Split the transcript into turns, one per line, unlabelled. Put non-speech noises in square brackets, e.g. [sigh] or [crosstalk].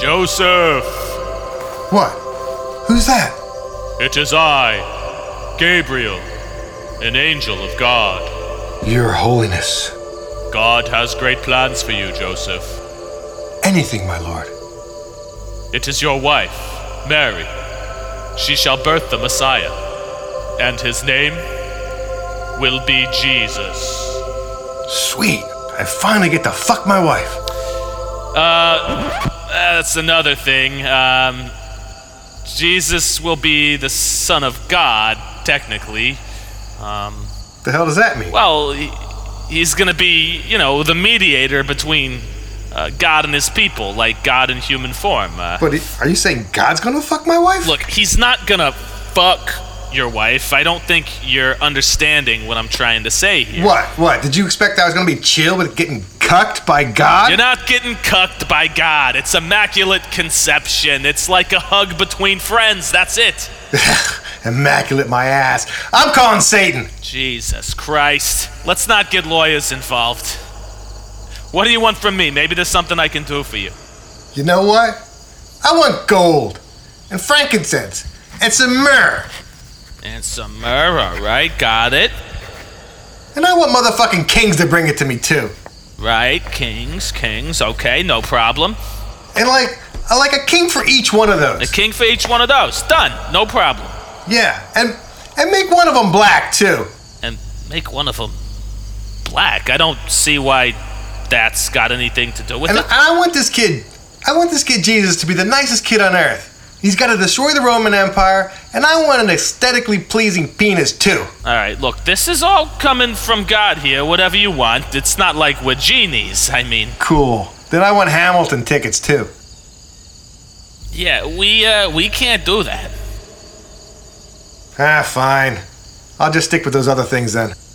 Joseph!
What? Who's that?
It is I, Gabriel, an angel of God.
Your Holiness.
God has great plans for you, Joseph.
Anything, my lord.
It is your wife, Mary. She shall birth the Messiah, and his name will be Jesus.
Sweet. I finally get to fuck my wife.
Uh, That's another thing. Um, Jesus will be the Son of God, technically. Um,
The hell does that mean?
well, he- he's going to be, you know, the mediator between uh, God and his people, like God in human form. Uh,
But are you saying God's gonna fuck my wife?
look, he's not going to fuck your wife. I don't think you're understanding what I'm trying to say here.
What? What? Did you expect I was gonna be chill with getting cucked by God?
You're not getting cucked by God. It's immaculate conception. It's like a hug between friends. That's it.
[laughs] Immaculate my ass. I'm calling Satan.
Jesus Christ. Let's not get lawyers involved. What do you want from me? Maybe there's something I can do for you.
You know what? I want gold and frankincense and some myrrh.
And some myrrh, all right, got it.
And I want motherfucking kings to bring it to me too.
Right, kings, kings, okay, no problem.
And like, I like a king for each one of
A
those.
king for each one of those. Done, no problem.
Yeah, and and make one of them black too.
And make one of them black. I don't see why that's got anything to do with
And
it.
I want this kid, I want this kid Jesus to be the nicest kid on earth. He's got to destroy the Roman Empire, and I want an aesthetically pleasing penis too.
All right, look, this is all coming from God here, whatever you want. It's not like we're genies. I mean,
Cool. Then I want Hamilton tickets too.
yeah, we uh we can't do that.
Ah, fine. I'll just stick with those other things then.